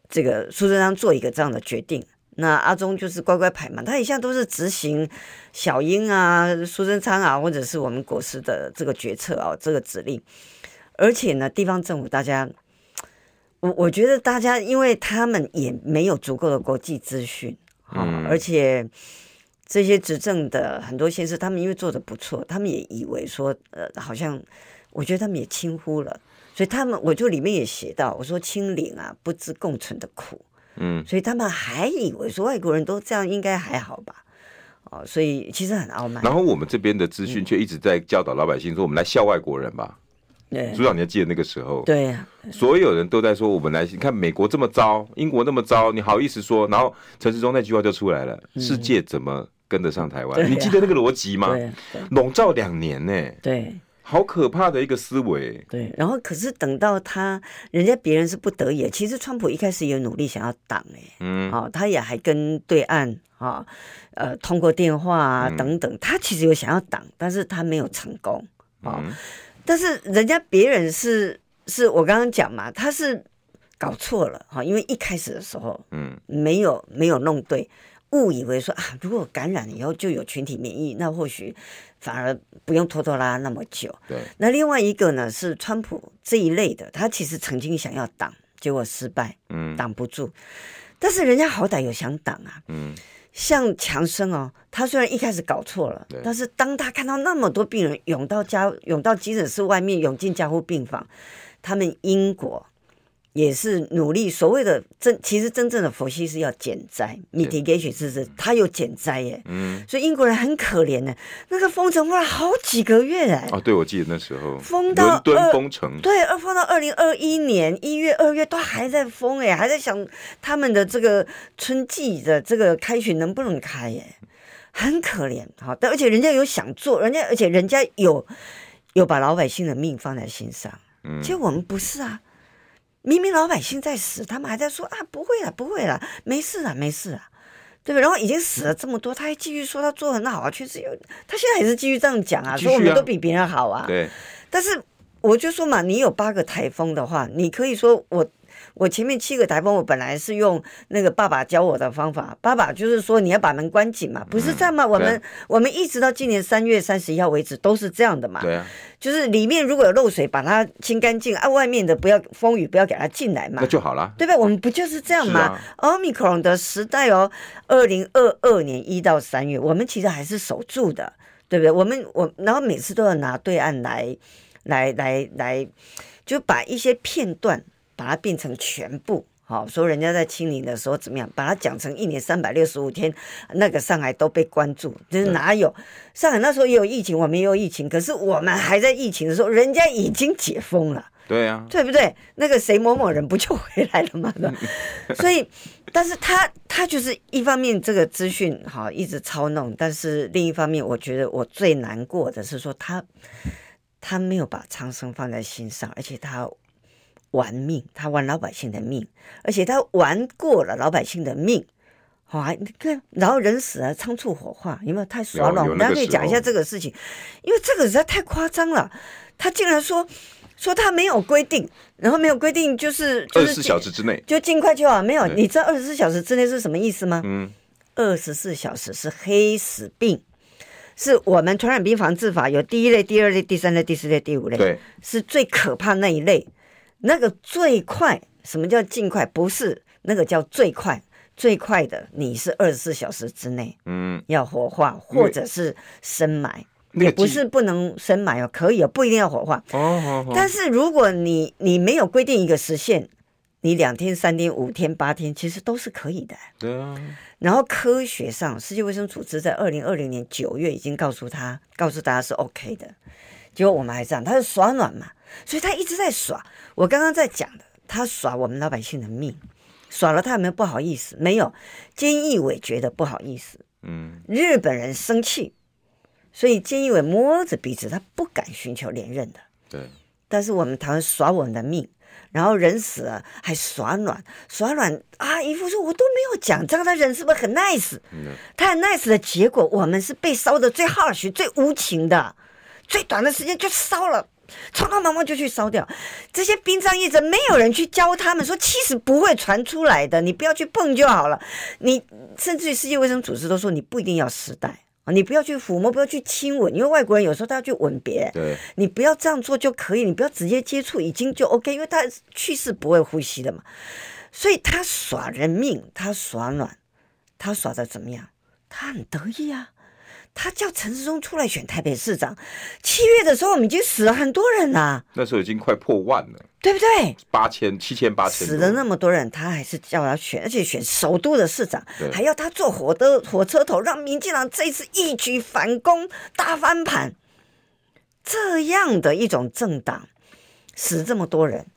B: 这个苏贞昌做一个这样的决定。那阿中就是乖乖牌嘛，他一向都是执行小英啊、苏贞昌啊，或者是我们国师的这个决策啊、这个指令。而且呢，地方政府大家，我我觉得大家，因为他们也没有足够的国际资讯啊、
A: 嗯
B: 而且这些执政的很多先生，他们因为做的不错，他们也以为说，呃，好像我觉得他们也轻忽了，所以他们我就里面也写到，我说清零啊，不知共存的苦，
A: 嗯，
B: 所以他们还以为说外国人都这样，应该还好吧？哦，所以其实很傲慢。
A: 然后我们这边的资讯却一直在教导老百姓说，我们来笑外国人吧。
B: 对
A: 组长你还记得那个时候？
B: 对啊，
A: 所有人都在说我们来，你看美国这么糟，英国那么糟，你好意思说？然后陈时中那句话就出来了：世界怎么跟得上台湾？
B: 嗯对啊
A: 你记得那个逻辑吗？
B: 对啊对
A: 笼罩两年呢、
B: 对
A: 好可怕的一个思维。
B: 对，然后可是等到他，人家别人是不得已。其实川普一开始也努力想要挡哎、
A: 嗯，
B: 哦，他也还跟对岸啊、呃，通过电话啊
A: 嗯
B: 等等，他其实有想要挡，但是他没有成功啊、哦
A: 嗯
B: 但是人家别人是是我刚刚讲嘛，他是搞错了哦哈、因为一开始的时候
A: 嗯
B: 没有没有弄对，误以为说啊，如果感染以后就有群体免疫，那或许反而不用拖拖拉拉那么久。
A: 对，
B: 那另外一个呢是川普这一类的，他其实曾经想要挡，结果失败，
A: 嗯
B: 挡不住。但是人家好歹有想挡啊，
A: 嗯，
B: 像强生哦，他虽然一开始搞错了
A: 对，
B: 但是当他看到那么多病人涌到家、涌到急诊室外面、涌进加护病房，他们英国也是努力所谓的真，其实真正的佛系是要减灾 mitigation，是是，他有减灾耶，
A: 嗯，
B: 所以英国人很可怜呢，那个封城花了好几个月哎，
A: 哦，对，我记得那时候
B: 封到
A: 伦敦
B: 二
A: 封城，
B: 对，二封到二零二一年一月、二月都还在封哎、还在想他们的这个春季的这个开学能不能开耶、很可怜哈。但而且人家有想做，人家而且人家有有把老百姓的命放在心上，
A: 嗯
B: 其实我们不是啊。明明老百姓在死，他们还在说啊，不会啦，不会啦，没事啦，没事啦，对不对？然后已经死了这么多，他还继续说他做很好啊，确实有，他现在还是继续这样讲啊，
A: 继
B: 说我
A: 续
B: 们
A: 啊
B: 都比别人好啊，
A: 对，
B: 但是我就说嘛，你有八个台风的话，你可以说我我前面七个台风，我本来是用那个爸爸教我的方法，爸爸就是说你要把门关紧嘛，不是这样吗？我们我们一直到今年三月三十一号为止都是这样的嘛，
A: 对啊，
B: 就是里面如果有漏水，把它清干净啊，外面的不要风雨不要给它进来嘛
A: 那。就好啦。
B: 对不对？我们不就是这样吗、o m i c r o n 的时代哦，二零二二年一到三月，我们其实还是守住的，对不对？我们我然后每次都要拿对岸来来来来，就把一些片段把它变成全部。好，说人家在清零的时候怎么样，把它讲成一年三百六十五天，那个上海都被关注，就是哪有上海那时候也有疫情，我们也有疫情，可是我们还在疫情的时候，人家已经解封了。
A: 对啊，
B: 对不对？那个谁某某人不就回来了吗？对吧 所以，但是他他就是一方面这个资讯哈一直操弄，但是另一方面，我觉得我最难过的是说他他没有把苍生放在心上，而且他玩命，他玩老百姓的命，而且他玩过了老百姓的命。好、啊，你看，然后人死了，仓促火化，有没有太耍
A: 有
B: 了？
A: 有
B: 我们大
A: 那
B: 家
A: 个
B: 可以
A: 时
B: 讲一下
A: 候
B: 这个事情，因为这个实在太夸张了。他竟然说说他没有规定，然后没有规定就是就
A: 二
B: 是
A: 十四小时之内，
B: 就尽快就好，没有。
A: 对
B: 你知道二十四小时之内是什么意思吗？
A: 嗯，
B: 二十四小时是黑死病，是我们传染病防治法有第一类、第二类、第三类、第四类、第五类，
A: 对，
B: 是最可怕那一类。那个最快，什么叫尽快？不是那个叫最快，最快的你是二十四小时之内
A: 嗯，
B: 要火化
A: 因为
B: 或者是深埋，
A: 那个
B: 也不
A: 记
B: 是不能深埋哦，可以哦，不一定要火化。
A: 哦哦哦，
B: 但是如果你你没有规定一个时限，你两天、三天、五天、八天，其实都是可以的。
A: 对啊，
B: 然后科学上，世界卫生组织在二零二零年九月已经告诉他，告诉大家是 OK 的。结果我们还这样，他是耍暖嘛，所以他一直在耍。我刚刚在讲的，他耍我们老百姓的命，耍了他有没有不好意思？没有，菅义伟觉得不好意思，
A: 嗯，
B: 日本人生气，所以菅义伟摸着鼻子，他不敢寻求连任的。
A: 对，
B: 但是我们台湾耍我们的命，然后人死了还耍软，耍软啊！姨父说我都没有讲，这样的人是不是很 nice？
A: 嗯
B: 他很 nice 的结果，我们是被烧的最 harsh、最无情的，最短的时间就烧了。匆匆忙忙就去烧掉这些殡葬业者，没有人去教他们说，其实不会传出来的，你不要去碰就好了。你甚至于世界卫生组织都说，你不一定要施带啊，你不要去抚摸，不要去亲吻，因为外国人有时候他要去吻别，
A: 对，
B: 你不要这样做就可以，你不要直接接触，已经就 OK，因为他去世不会呼吸的嘛，所以他耍人命，他耍暖，他耍的怎么样？他很得意啊，他叫陈世忠出来选台北市长。七月的时候，我们已经死了很多人啦，
A: 那时候已经快破万了，
B: 对不对？
A: 八千、七千、八千，
B: 死了那么多人，他还是叫他选，而且选首都的市长
A: 对，
B: 还要他坐火的火车头，让民进党这一次一举反攻大翻盘，这样的一种政党，死这么多人，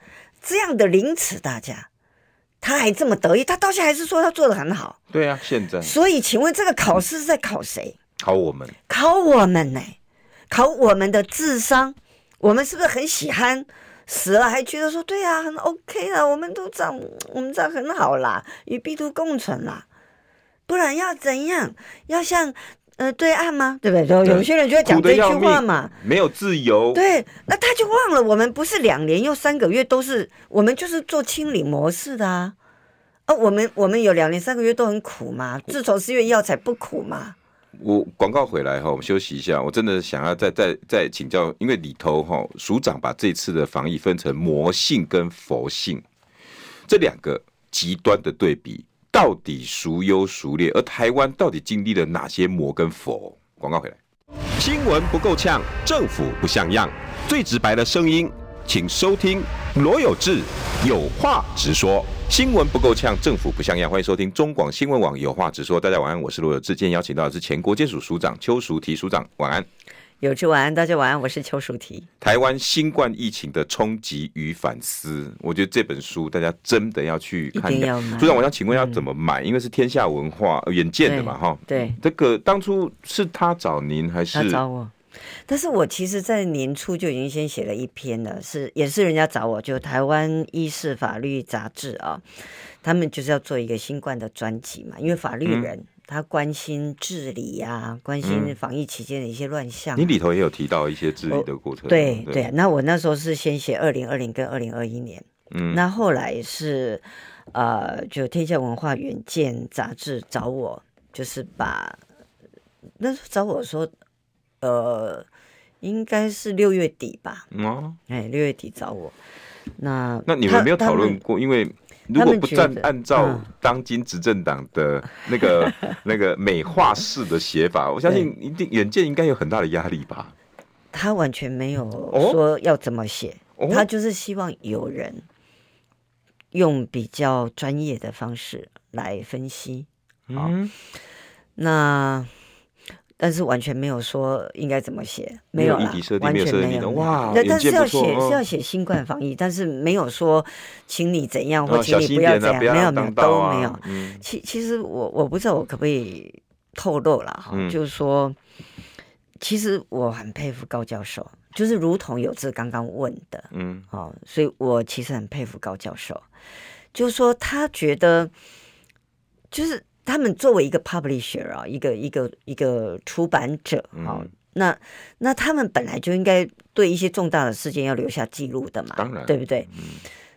B: 这样的凌迟大家，他还这么得意，他到现在还是说他做的很好。
A: 对啊，现在
B: 所以，请问这个考试是在考谁？
A: 考我们，
B: 考我们呢、考我们的智商，我们是不是很喜欢？死了还觉得说对啊，很 OK 啊，我们都这样，我们这样很好啦，与病毒共存啦，不然要怎样？要像呃对岸吗？对不对？有有些人就会讲
A: 苦得
B: 这句
A: 要命
B: 话嘛。，
A: 没有自由，
B: 对，那他就忘了我们不是两年又三个月都是我们就是做清理模式的啊。啊，我们我们有两年三个月都很苦嘛，自从四月一号才不苦嘛。
A: 我广告回来哈，我们休息一下。我真的想要再再再请教，因为里头哈，署长把这次的防疫分成魔性跟佛性这两个极端的对比，到底孰优孰劣？而台湾到底经历了哪些魔跟佛？广告回来，新闻不够呛，政府不像样，最直白的声音，请收听罗有志有话直说。新闻不够呛，政府不像样。欢迎收听中广新闻网有话直说。大家晚安，我是罗有志。今天邀请到的是前国建署署长邱淑媞署长，晚安。
B: 有志晚安，大家晚安，我是邱淑媞。
A: 台湾新冠疫情的冲击与反思，我觉得这本书大家真的要去看
B: 一定
A: 看
B: 要买
A: 署长，我想请问要怎么买？因为是天下文化呃远见的嘛，哈。
B: 对，
A: 这个当初是他找您还
B: 他
A: 是？
B: 找我，但是我其实，在年初就已经先写了一篇了，是也是人家找我，就台湾医事法律杂志啊，他们就是要做一个新冠的专辑嘛，因为法律人。他关心治理呀、关心防疫期间的一些乱象、
A: 你里头也有提到一些治理的过程。
B: 啊对对，那我那时候是先写二零二零跟二零二一年，嗯，那后来是呃，就天下文化远见杂志找我，就是把那时候找我说，呃，应该是六月底吧，
A: 嗯啊，
B: 哎，六月底找我。那
A: 那你们没有
B: 他
A: 讨论
B: 他们
A: 过？因为如果不
B: 他
A: 站
B: 们觉得
A: 按照
B: 嗯
A: 当今执政党的那个那个美化式的写
B: 嗯
A: 法，我相信一定远见应该有很大的压力吧？
B: 他完全没有说要怎么写，
A: 哦
B: 他就是希望有人用比较专业的方式来分析。好
A: 嗯，
B: 那但是完全没有说应该怎么写，
A: 没有
B: 有啦
A: 议题设定
B: 完
A: 没有
B: 全
A: 设
B: 没
A: 定的
B: 有。
A: 哇
B: 那
A: 眼
B: 但是
A: 界
B: 要
A: 不错
B: 写
A: 哦
B: 是要写新冠防疫，但是没有说请你怎样或
A: 哦
B: 请
A: 小
B: 你
A: 心一
B: 要
A: 点
B: 怎
A: 啊，
B: 样，
A: 不
B: 没有
A: 要
B: 没有
A: 当道
B: 都没有
A: 啊。。嗯
B: 其其实我我不知道我可不可以透露了哈，
A: 嗯
B: 就是说，其实我很佩服高教授，就是如同有志刚刚问的，
A: 嗯
B: 哦，所以我其实很佩服高教授，就是说他觉得，就是他们作为一个 publisher 啊，一个一个一个出版者啊、哦
A: 嗯
B: 那那他们本来就应该对一些重大的事件要留下记录的嘛，
A: 当然嗯
B: 对不对？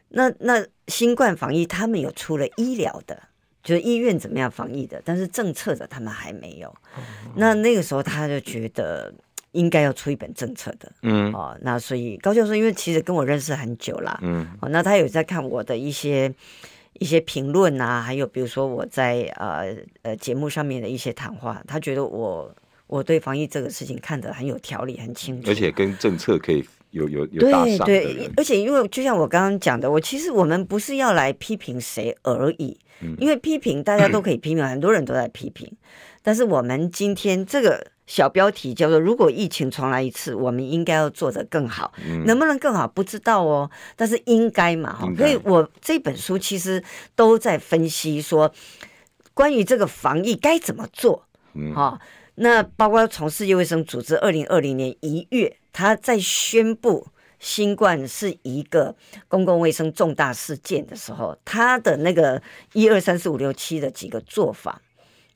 B: 那那新冠防疫他们有出了医疗的。就是医院怎么样防疫的，但是政策的他们还没有。
A: 哦
B: 那那个时候他就觉得应该要出一本政策的，
A: 嗯
B: 哦，那所以高教授因为其实跟我认识很久啦，
A: 嗯
B: 哦，那他有在看我的一些一些评论啊，还有比如说我在呃呃节目上面的一些谈话，他觉得我我对防疫这个事情看得很有条理，很清楚，
A: 而且跟政策可以有有有搭
B: 对
A: 上的
B: 对
A: 人，，
B: 而且因为就像我刚刚讲的，我其实我们不是要来批评谁而已，
A: 嗯
B: 因为批评大家都可以批评，很多人都在批评，但是我们今天这个小标题叫做“如果疫情重来一次，我们应该要做得更好”，能不能更好不知道哦，但是应该嘛哈
A: 嗯应，该
B: 所以我这本书其实都在分析说，关于这个防疫该怎么做，
A: 嗯
B: 哈、那包括从世界卫生组织二零二零年一月，他在宣布新冠是一个公共卫生重大事件的时候，他的那个一二三四五六七的几个做法，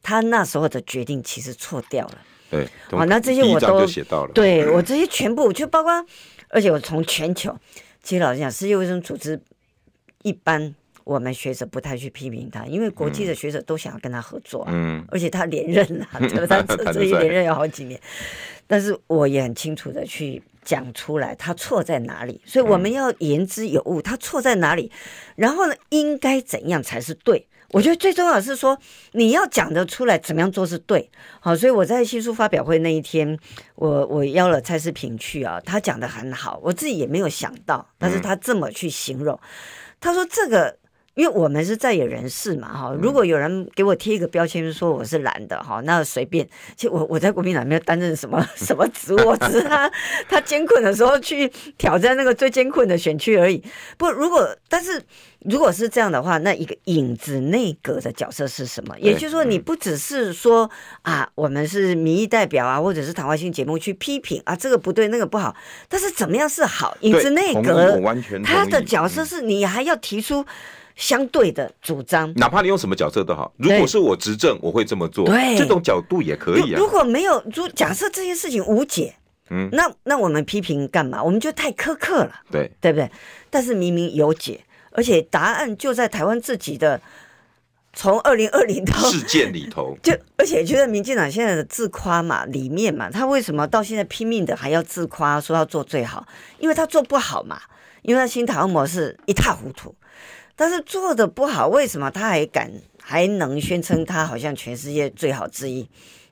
B: 他那时候的决定其实错掉了。
A: 对。
B: 好哦那这些
A: 第一
B: 我
A: 章
B: 都
A: 就写到了，
B: 对我这些全部就包括，而且我从全球，其实老实讲，世界卫生组织一般我们学者不太去批评他，因为国际的学者都想要跟他合作、啊，
A: 嗯
B: 而且他连任 啊，对吧？他这
A: 他就
B: 这一
A: 在
B: 连任有好几年，但是我也很清楚的去讲出来他错在哪里，所以我们要言之有物，他错在哪里，然后呢，应该怎样才是对。我觉得最重要的是说，你要讲得出来怎么样做是对。好，所以我在新书发表会那一天，我我邀了蔡思平去啊，他讲的很好，我自己也没有想到，但是他这么去形容，他说这个因为我们是在野人士嘛，哈，
A: 嗯
B: 如果有人给我贴一个标签说我是蓝的，哈，那随便。其实我我在国民党没有担 任什么什么职务，我只是他他艰困的时候去挑战那个最艰困的选区而已。不，如果但是如果是这样的话，那一个影子内阁的角色是什么？也就是说，
A: 嗯
B: 你不只是说啊，我们是民意代表啊，或者是谈话性节目去批评啊，这个不对，那个不好，但是怎么样是好？影
A: 对
B: 子内
A: 同意我
B: 阁
A: 完全
B: 他
A: 同意
B: 的角色是你还要提出相对的主张。
A: 哪怕你用什么角色都好，如
B: 对
A: 果是我执政，我会这么做，
B: 对
A: 这种角度也可以
B: 如
A: 啊
B: 如。果没有，如假设这件事情无解，
A: 嗯，
B: 那那我们批评干嘛？我们就太苛刻了，
A: 对，
B: 对不对？但是明明有解，而且答案就在台湾自己的，从二零二零到，
A: 事件里头
B: 就而且觉得民进党现在的自夸嘛，里面嘛，他为什么到现在拼命的还要自夸，说要做最好？因为他做不好嘛，因为他新台湾模式一塌糊涂。但是做的不好，为什么他还敢还能宣称他好像全世界最好之一？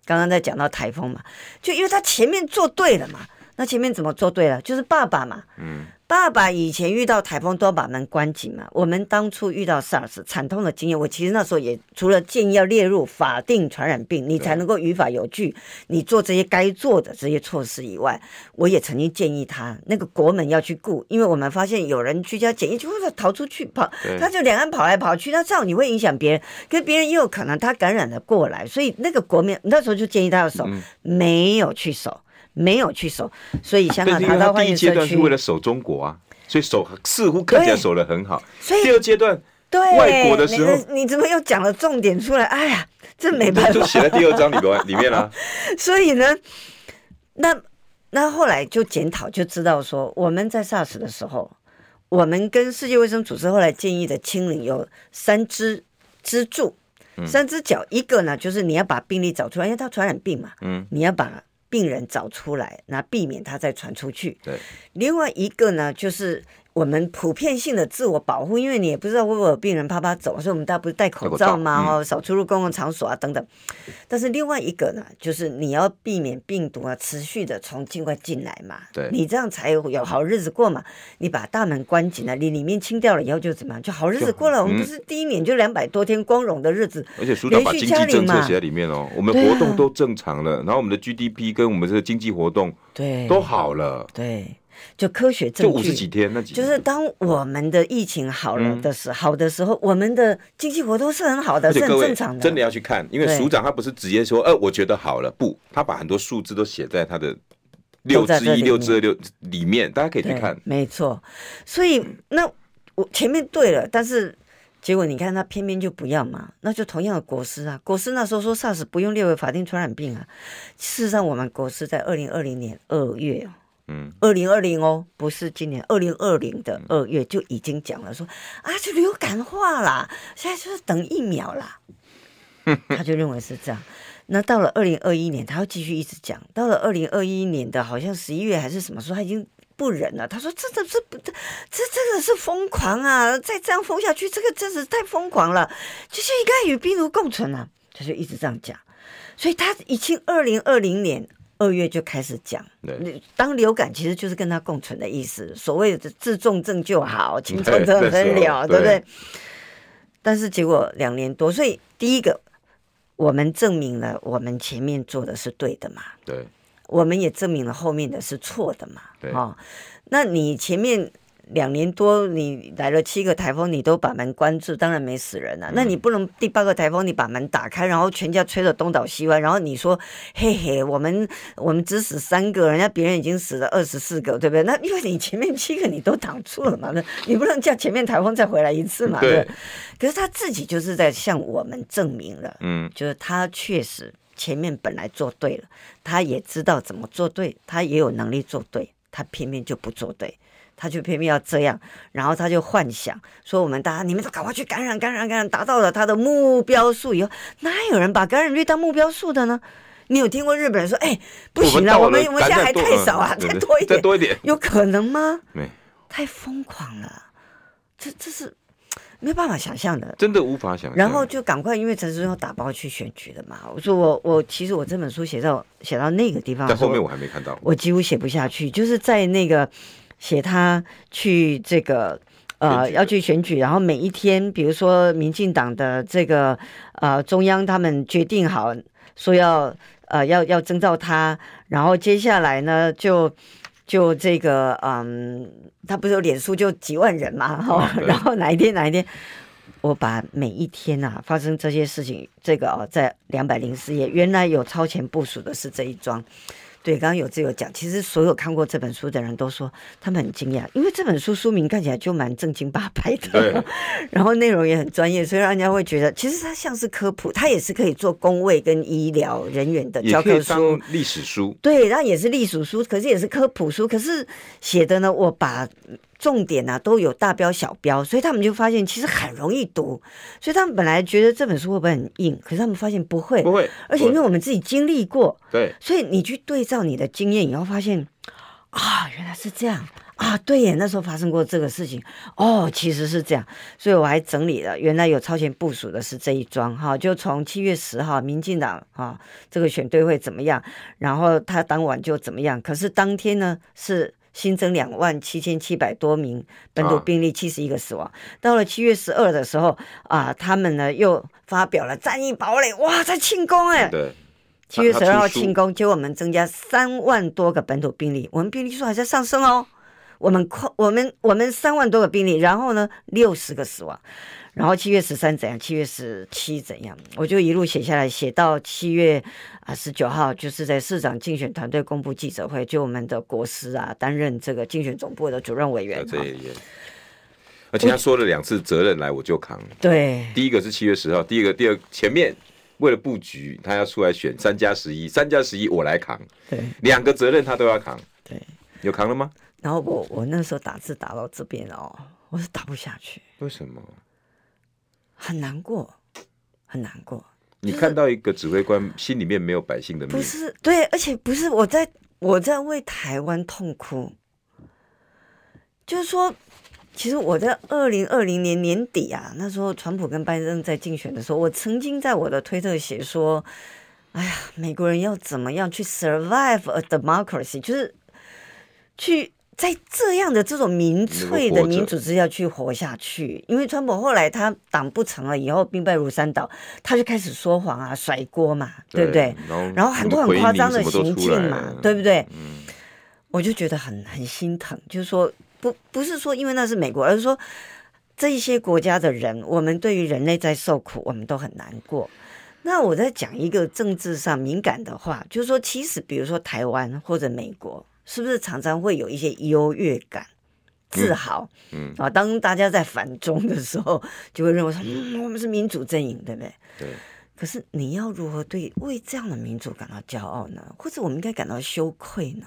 B: 刚刚在讲到台风嘛，就因为他前面做对了嘛。那前面怎么做对了？就是爸爸嘛，
A: 嗯，
B: 爸爸以前遇到台风都把门关紧嘛。我们当初遇到 SARS 惨痛的经验，我其实那时候也除了建议要列入法定传染病，你才能够于法有据，你做这些该做的这些措施以外，我也曾经建议他那个国门要去顾，因为我们发现有人居家检疫，就会逃出去跑，
A: 对
B: 他就两岸跑来跑去，那这样你会影响别人，可是别人也有可能他感染了过来，所以那个国民那时候就建议他要守，没有去守，没有去守，所以香
A: 但
B: 港
A: 是因为他
B: 达到欢
A: 第一
B: 迎
A: 阶
B: 社
A: 段是
B: 区，
A: 为了守中国啊，所以守似乎看起来
B: 对
A: 守得很好。
B: 所以
A: 第二阶 段
B: 对
A: 外国的时候
B: 你你怎么又讲了重点出来？哎呀，这没办
A: 就
B: 法。
A: 写在第二章里边里面啊啦、
B: 所以呢，那那后来就检讨，就知道说我们在 SARS 的时候，我们跟世界卫生组织后来建议的清零有三支支柱，
A: 嗯
B: 三只脚，一个呢就是你要把病例找出来，因为它传染病嘛，
A: 嗯，
B: 你要把病人找出来，那避免它再传出去。
A: 对，
B: 另外一个呢，就是我们普遍性的自我保护，因为你也不知道会不会有病人啪啪走，所以我们大家不是戴口罩
A: 戴
B: 吗？
A: 口罩
B: 哦，少出入公共场所啊等等。但是另外一个呢，就是你要避免病毒啊持续的从境外进来嘛，
A: 对
B: 你这样才有有好日子过嘛。你把大门关紧了，你里面清掉了以后就怎么样，就嗯好日子过了。我们不是第一年就两百多天光荣的日子，
A: 而且署长把
B: 连续
A: 经
B: 加
A: 济政
B: 零
A: 策
B: 嘛
A: 写在里面哦，我们
B: 对啊
A: 活动都正常了，然后我们的 GDP 跟我们这个经济活动
B: 对
A: 都好了，
B: 对，就科学证
A: 就
B: 据
A: 五十几天那几
B: 就是当我们的疫情好了的时好的时候，我们的经济活动是很好
A: 嗯
B: 的，
A: 而
B: 是
A: 且
B: 很
A: 各位
B: 正常的。
A: 真的要去看，因为
B: 对
A: 署长他不是直接说，呃，我觉得好了，不，他把很多数字都写在他的六
B: 都在
A: 之
B: 这
A: 一、
B: 里面
A: 六之二、六里面，大家可以去
B: 对
A: 看，
B: 没错。所以那我前面对了，但是结果你看他偏偏就不要嘛，那就同样的国师啊，国师那时候说 SARS 不用列为法定传染病啊，事实上我们国师在二零二零年二月哦
A: 嗯，
B: 二零二零哦，不是今年二零二零的二月就已经讲了说啊，就流感化啦，现在就是等疫苗啦，他就认为是这样。那到了二零二一年，他要继续一直讲，到了二零二一年的好像十一月还是什么时候，他已经不忍了。他说：“真的是不，这真的是疯狂啊！再这样疯下去，这个真是太疯狂了，就是应该与病毒共存啊！”他就一直这样讲，所以他已经二零二零年二月就开始讲。
A: 对，嗯
B: 当流感其实就是跟它共存的意思，所谓的自重症就 好，轻重
A: 对
B: 症
A: 那时候
B: 很了，
A: 对
B: 对不对？但是结果两年多，所以第一个，我们证明了我们前面做的是对的嘛，
A: 对，
B: 我们也证明了后面的是错的嘛，
A: 对
B: 哦，那你前面。两年多，你来了七个台风，你都把门关住，当然没死人啊了、那你不能第八个台风你把门打开，然后全家吹得东倒西歪，然后你说嘿嘿，我们我们只死三个，人家别人已经死了二十四个，对不对？那因为你前面七个你都挡住了嘛，那你不能叫前面台风再回来一次嘛，对不
A: 对
B: 对。，可是他自己就是在向我们证明了，
A: 嗯，
B: 就是他确实前面本来做对了，他也知道怎么做对，他也有能力做对，他偏偏就不做对，他就偏偏要这样，然后他就幻想说我们大家你们都赶快去感染感染感染，达到了他的目标数以后，哪有人把感染率当目标数的呢？你有听过日本人说，哎、不行了，
A: 到
B: 我
A: 了
B: 们我们现在还太少啊，
A: 感
B: 再
A: 染
B: 多一
A: 嗯再
B: 点，
A: 多一点，
B: 有可能吗？
A: 没，
B: 太疯狂了，这这是没有办法想象的。
A: 真的无法想象。
B: 然后就赶快，因为陈时中要打包去选举了嘛。我说我我其实我这本书写到写到那个地方，
A: 但后面
B: 我
A: 我还没看 到，
B: 我几乎写不下去，就是在那个写他去这个
A: 选
B: 呃
A: 举的
B: 要去选举，然后每一天，比如说民进党的这个呃中央他们决定好说要呃要要征召他，然后接下来呢就。就这个，嗯，他不是有脸书就几万人嘛，哈、
A: 啊对
B: 然后哪一天哪一天，我把每一天啊发生这些事情，这个哦，在两百零四页，原来有超前部署的是这一桩。对，刚刚有志有讲，其实所有看过这本书的人都说他们很惊讶，因为这本书书名看起来就蛮正经八百
A: 对
B: 的， 然后内容也很专业，所以让人家会觉得其实它像是科普，它也是可以做工位跟医疗人员的
A: 也
B: 教
A: 可
B: 科
A: 以
B: 书
A: 当。历史书。
B: 对，那也是隶属书，可是也是科普书，可是写的呢，我把重点啊都有大标小标，所以他们就发现其实很容易读，所以他们本来觉得这本书会不会很硬，可是他们发现不会，
A: 不会，
B: 而且因为我们自己经历过，
A: 对
B: 所以你去对照你的经验以后，发现啊，原来是这样啊，对耶，那时候发生过这个事情哦，其实是这样，所以我还整理了，原来有超前部署的是这一桩哈，就从七月十号，民进党啊这个选对会怎么样，然后他当晚就怎么样，可是当天呢是。新增两万七千七百多名本土
A: 啊
B: 病例，七十一个死亡。到了七月十二的时候，啊，他们呢又发表了战役堡垒，哇，在庆功哎、
A: 对，
B: 七月
A: 他
B: 十二号
A: 出书
B: 庆功，结果我们增加三万多个本土病例，我们病例数还在上升哦。我们快，我们我们三万多个病例，然后呢，六十个死亡，然后七月十三怎样，七月十七怎样，我就一路写下来，写到七月啊十九号，就是在市长竞选团队公布记者会，就我们的国师啊担任这个竞选总部的主任委员
A: 在
B: 啊，
A: 呃这一页。而且他说了两次责任来我就扛，
B: 对
A: 第一个是七月十号，第一个第二前面为了布局，他要出来选三加十一，三加十一我来扛，
B: 对
A: 两个责任他都要扛，
B: 对，
A: 有扛了吗？
B: 然后我我那时候打字打到这边哦，我是打不下去，
A: 为什么？
B: 很难过，很难过。
A: 你看到一个指挥官心里面没有百姓的命
B: 不，是对，而且不是我在我在为台湾痛哭，就是说，其实我在二零二零年年底啊，那时候川普跟拜登在竞选的时候，我曾经在我的推特写说，哎呀，美国人要怎么样去 survive a democracy，就是去。在这样的这种民粹
A: 能够活
B: 的
A: 着
B: 民主之下去活下去，因为川普后来他党不成了以后兵败如山倒，他就开始说谎啊、甩锅嘛，对不对？？然后很多很夸张的行径嘛，对不
A: 对？
B: 对？我就觉得很很心疼，就是说不不是说因为那是美国，而是说这一些国家的人，我们对于人类在受苦，我们都很难过。那我在讲一个政治上敏感的话，就是说，其实比如说台湾或者美国，是不是常常会有一些优越感、自豪？
A: 嗯
B: 啊，当大家在反中的时候，就会认为说，嗯，我们是民主阵营，对不对？
A: 对，
B: 可是你要如何对为这样的民主感到骄傲呢？或者我们应该感到羞愧呢？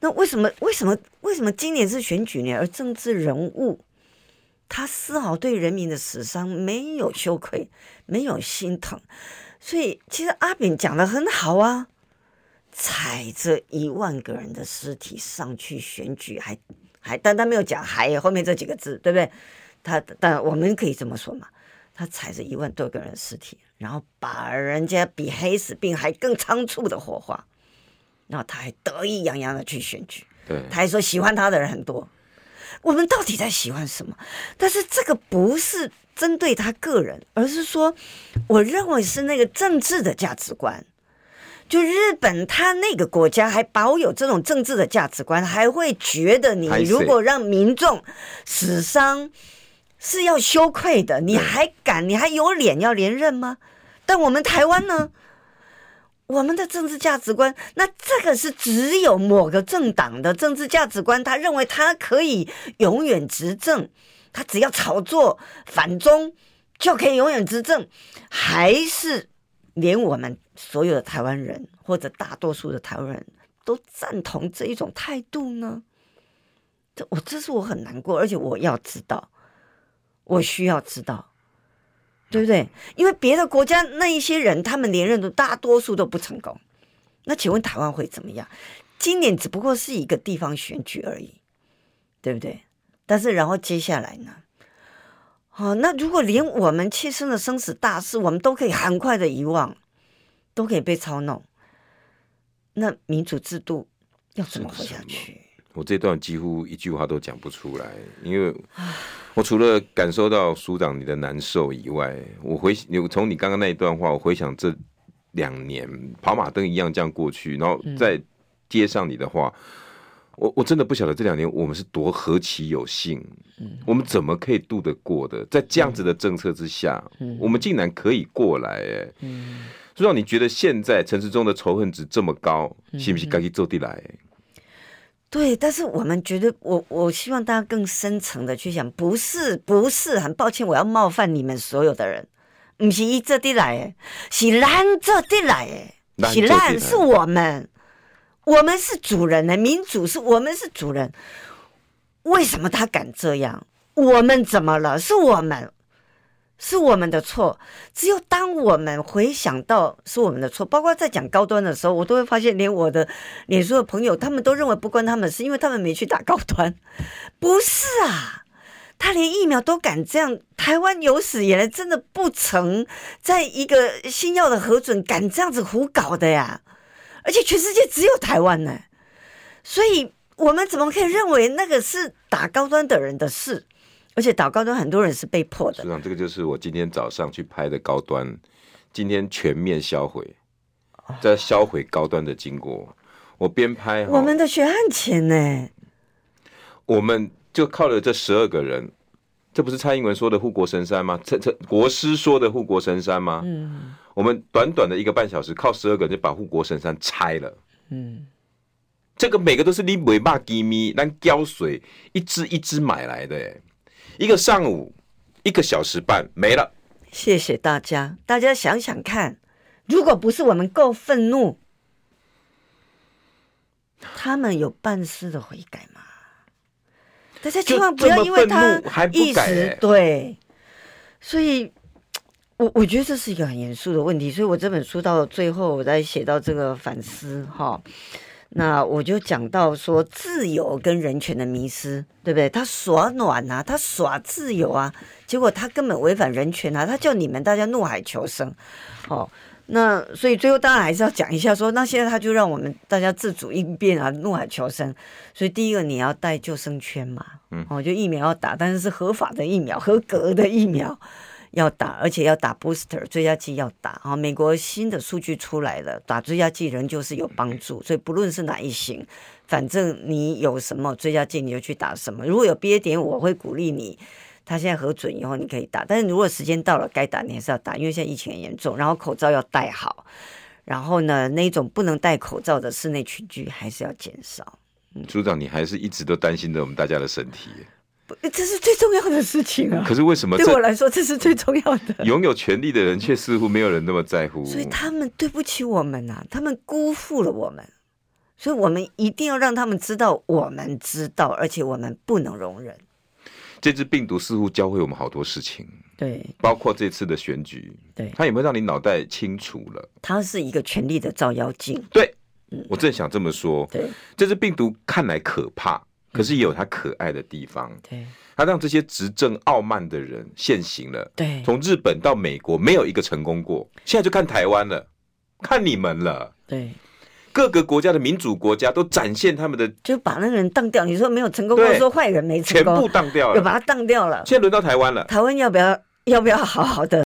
B: 那为什么为什么为什么今年是选举年，而政治人物他丝毫对人民的死伤没有羞愧，没有心疼？所以其实阿扁讲的很好啊，踩着一万个人的尸体上去选举，还还但他没有讲还后面这几个字，对不对？他但我们可以这么说嘛，他踩着一万多个人的尸体，然后把人家比黑死病还更仓促的火化，然后他还得意洋洋的去选举，
A: 对，
B: 他还说喜欢他的人很多。我们到底在喜欢什么？但是这个不是针对他个人，而是说，我认为是那个政治的价值观。就日本，他那个国家还保有这种政治的价值观，还会觉得你
A: 还是
B: 如果让民众死伤是要羞愧的，你还敢，你还有脸要连任吗？但我们台湾呢？我们的政治价值观，那这个是只有某个政党的政治价值观，他认为他可以永远执政，他只要炒作反中就可以永远执政，还是连我们所有的台湾人或者大多数的台湾人都赞同这一种态度呢？这我这是我很难过，而且我要知道，我需要知道。对不对？因为别的国家那一些人，他们连任的大多数都不成功。那请问台湾会怎么样？今年只不过是一个地方选举而已，对不对？但是然后接下来呢？哦，那如果连我们切身的生死大事，我们都可以很快的遗忘，都可以被操弄，那民主制度要怎么活下去？
A: 我这段几乎一句话都讲不出来，因为我除了感受到署长你的难受以外，我回你从你刚刚那一段话，我回想这两年跑马灯一样这样过去，然后再接上你的话，我我真的不晓得这两年我们是多何其有幸，我们怎么可以度得过的？在这样子的政策之下，我们竟然可以过来、哎，署长，你觉得现在陈时中的仇恨值这么高，是不是该去做地来？
B: 对，但是我们觉得，我我希望大家更深层的去想，不是不是，很抱歉，我要冒犯你们所有的人，不是一这地来的，是咱这地来的，
A: 咱这地
B: 是
A: 来
B: 咱是我们，我们是主人呢，民主是我们是主人，为什么他敢这样？我们怎么了？是我们，是我们的错。只有当我们回想到是我们的错，包括在讲高端的时候，我都会发现，连我的脸书的朋友，他们都认为不关他们的事，因为他们没去打高端。不是啊，他连疫苗都敢这样，台湾有史以来真的不曾在一个新药的核准敢这样子胡搞的呀！而且全世界只有台湾呢、所以我们怎么可以认为那个是打高端的人的事？而且打高端很多人是被迫的
A: 署。长，这个就是我今天早上去拍的高端，今天全面销毁，
B: 啊
A: 在销毁高端的经过。我边拍哈，
B: 我们的血汗钱呢？
A: 我们就靠了这十二个人，这不是蔡英文说的护国神山吗？这这国师说的护国神山吗？嗯，我们短短的一个半小时，靠十二个人就把护国神山拆了。
B: 嗯，
A: 这个每个都是你尾巴鸡咪，咱胶水一只一只买来的，哎一个上午一个小时半没了。
B: 谢谢大家，大家想想看，如果不是我们够愤怒，他们有半丝的悔改吗？大家千万不要因为他
A: 就这么愤怒还不
B: 一时、
A: 改欸
B: 对，所以。我我觉得这是一个很严肃的问题，所以我这本书到最后，我在写到这个反思哈，那我就讲到说自由跟人权的迷失，对不对？他耍暖啊，他耍自由啊，结果他根本违反人权啊，他叫你们大家怒海求生，哦。那所以最后当然还是要讲一下说那现在他就让我们大家自主应变啊，怒海求生。所以第一个你要带救生圈嘛，嗯，哦，就疫苗要打，但是是合法的疫苗，合格的疫苗。要打，而且要打 booster 追加剂要打啊！美国新的数据出来了，打追加剂仍旧是有帮
A: 嗯
B: 助，所以不论是哪一型，反正你有什么追加剂你就去打什么。如果有 BA 点，我会鼓励你，他现在核准以后你可以打，但是如果时间到了该打你还是要打，因为现在疫情很严重，然后口罩要戴好，然后呢那种不能戴口罩的室内群聚还是要减少，
A: 组长，你还是一直都担心着我们大家的身体耶。
B: 不这是最重要的事情啊
A: 可！是为什么
B: 对我
A: 这
B: 来说这是最重要的。
A: 拥有权利的人却似乎没有人那么在乎？
B: 所以他们对不起我们呐、他们辜负了我们，所以我们一定要让他们知道我们知道，而且我们不能容忍。
A: 这只病毒似乎教会我们好多事情，
B: 对，
A: 包括这次的选举，
B: 对
A: 它有没有让你脑袋清楚了？
B: 它是一个权力的照妖镜。
A: 对，我正想这么说。
B: 对
A: 这只病毒看来可怕，可是也有它可爱的地方。
B: 对
A: 它让这些执政傲慢的人现行了。
B: 对
A: 从日本到美国，没有一个成功过。现在就看台湾了，看你们了。
B: 对，
A: 各个国家的民主国家都展现他们的
B: 就把那个人当掉。你说没有成功，或者
A: 对
B: 说坏人没成
A: 全部
B: 功，
A: 当掉
B: 又
A: 了。
B: 把他当掉了。
A: 现在轮到台湾了。
B: 台湾要不要要不要好好的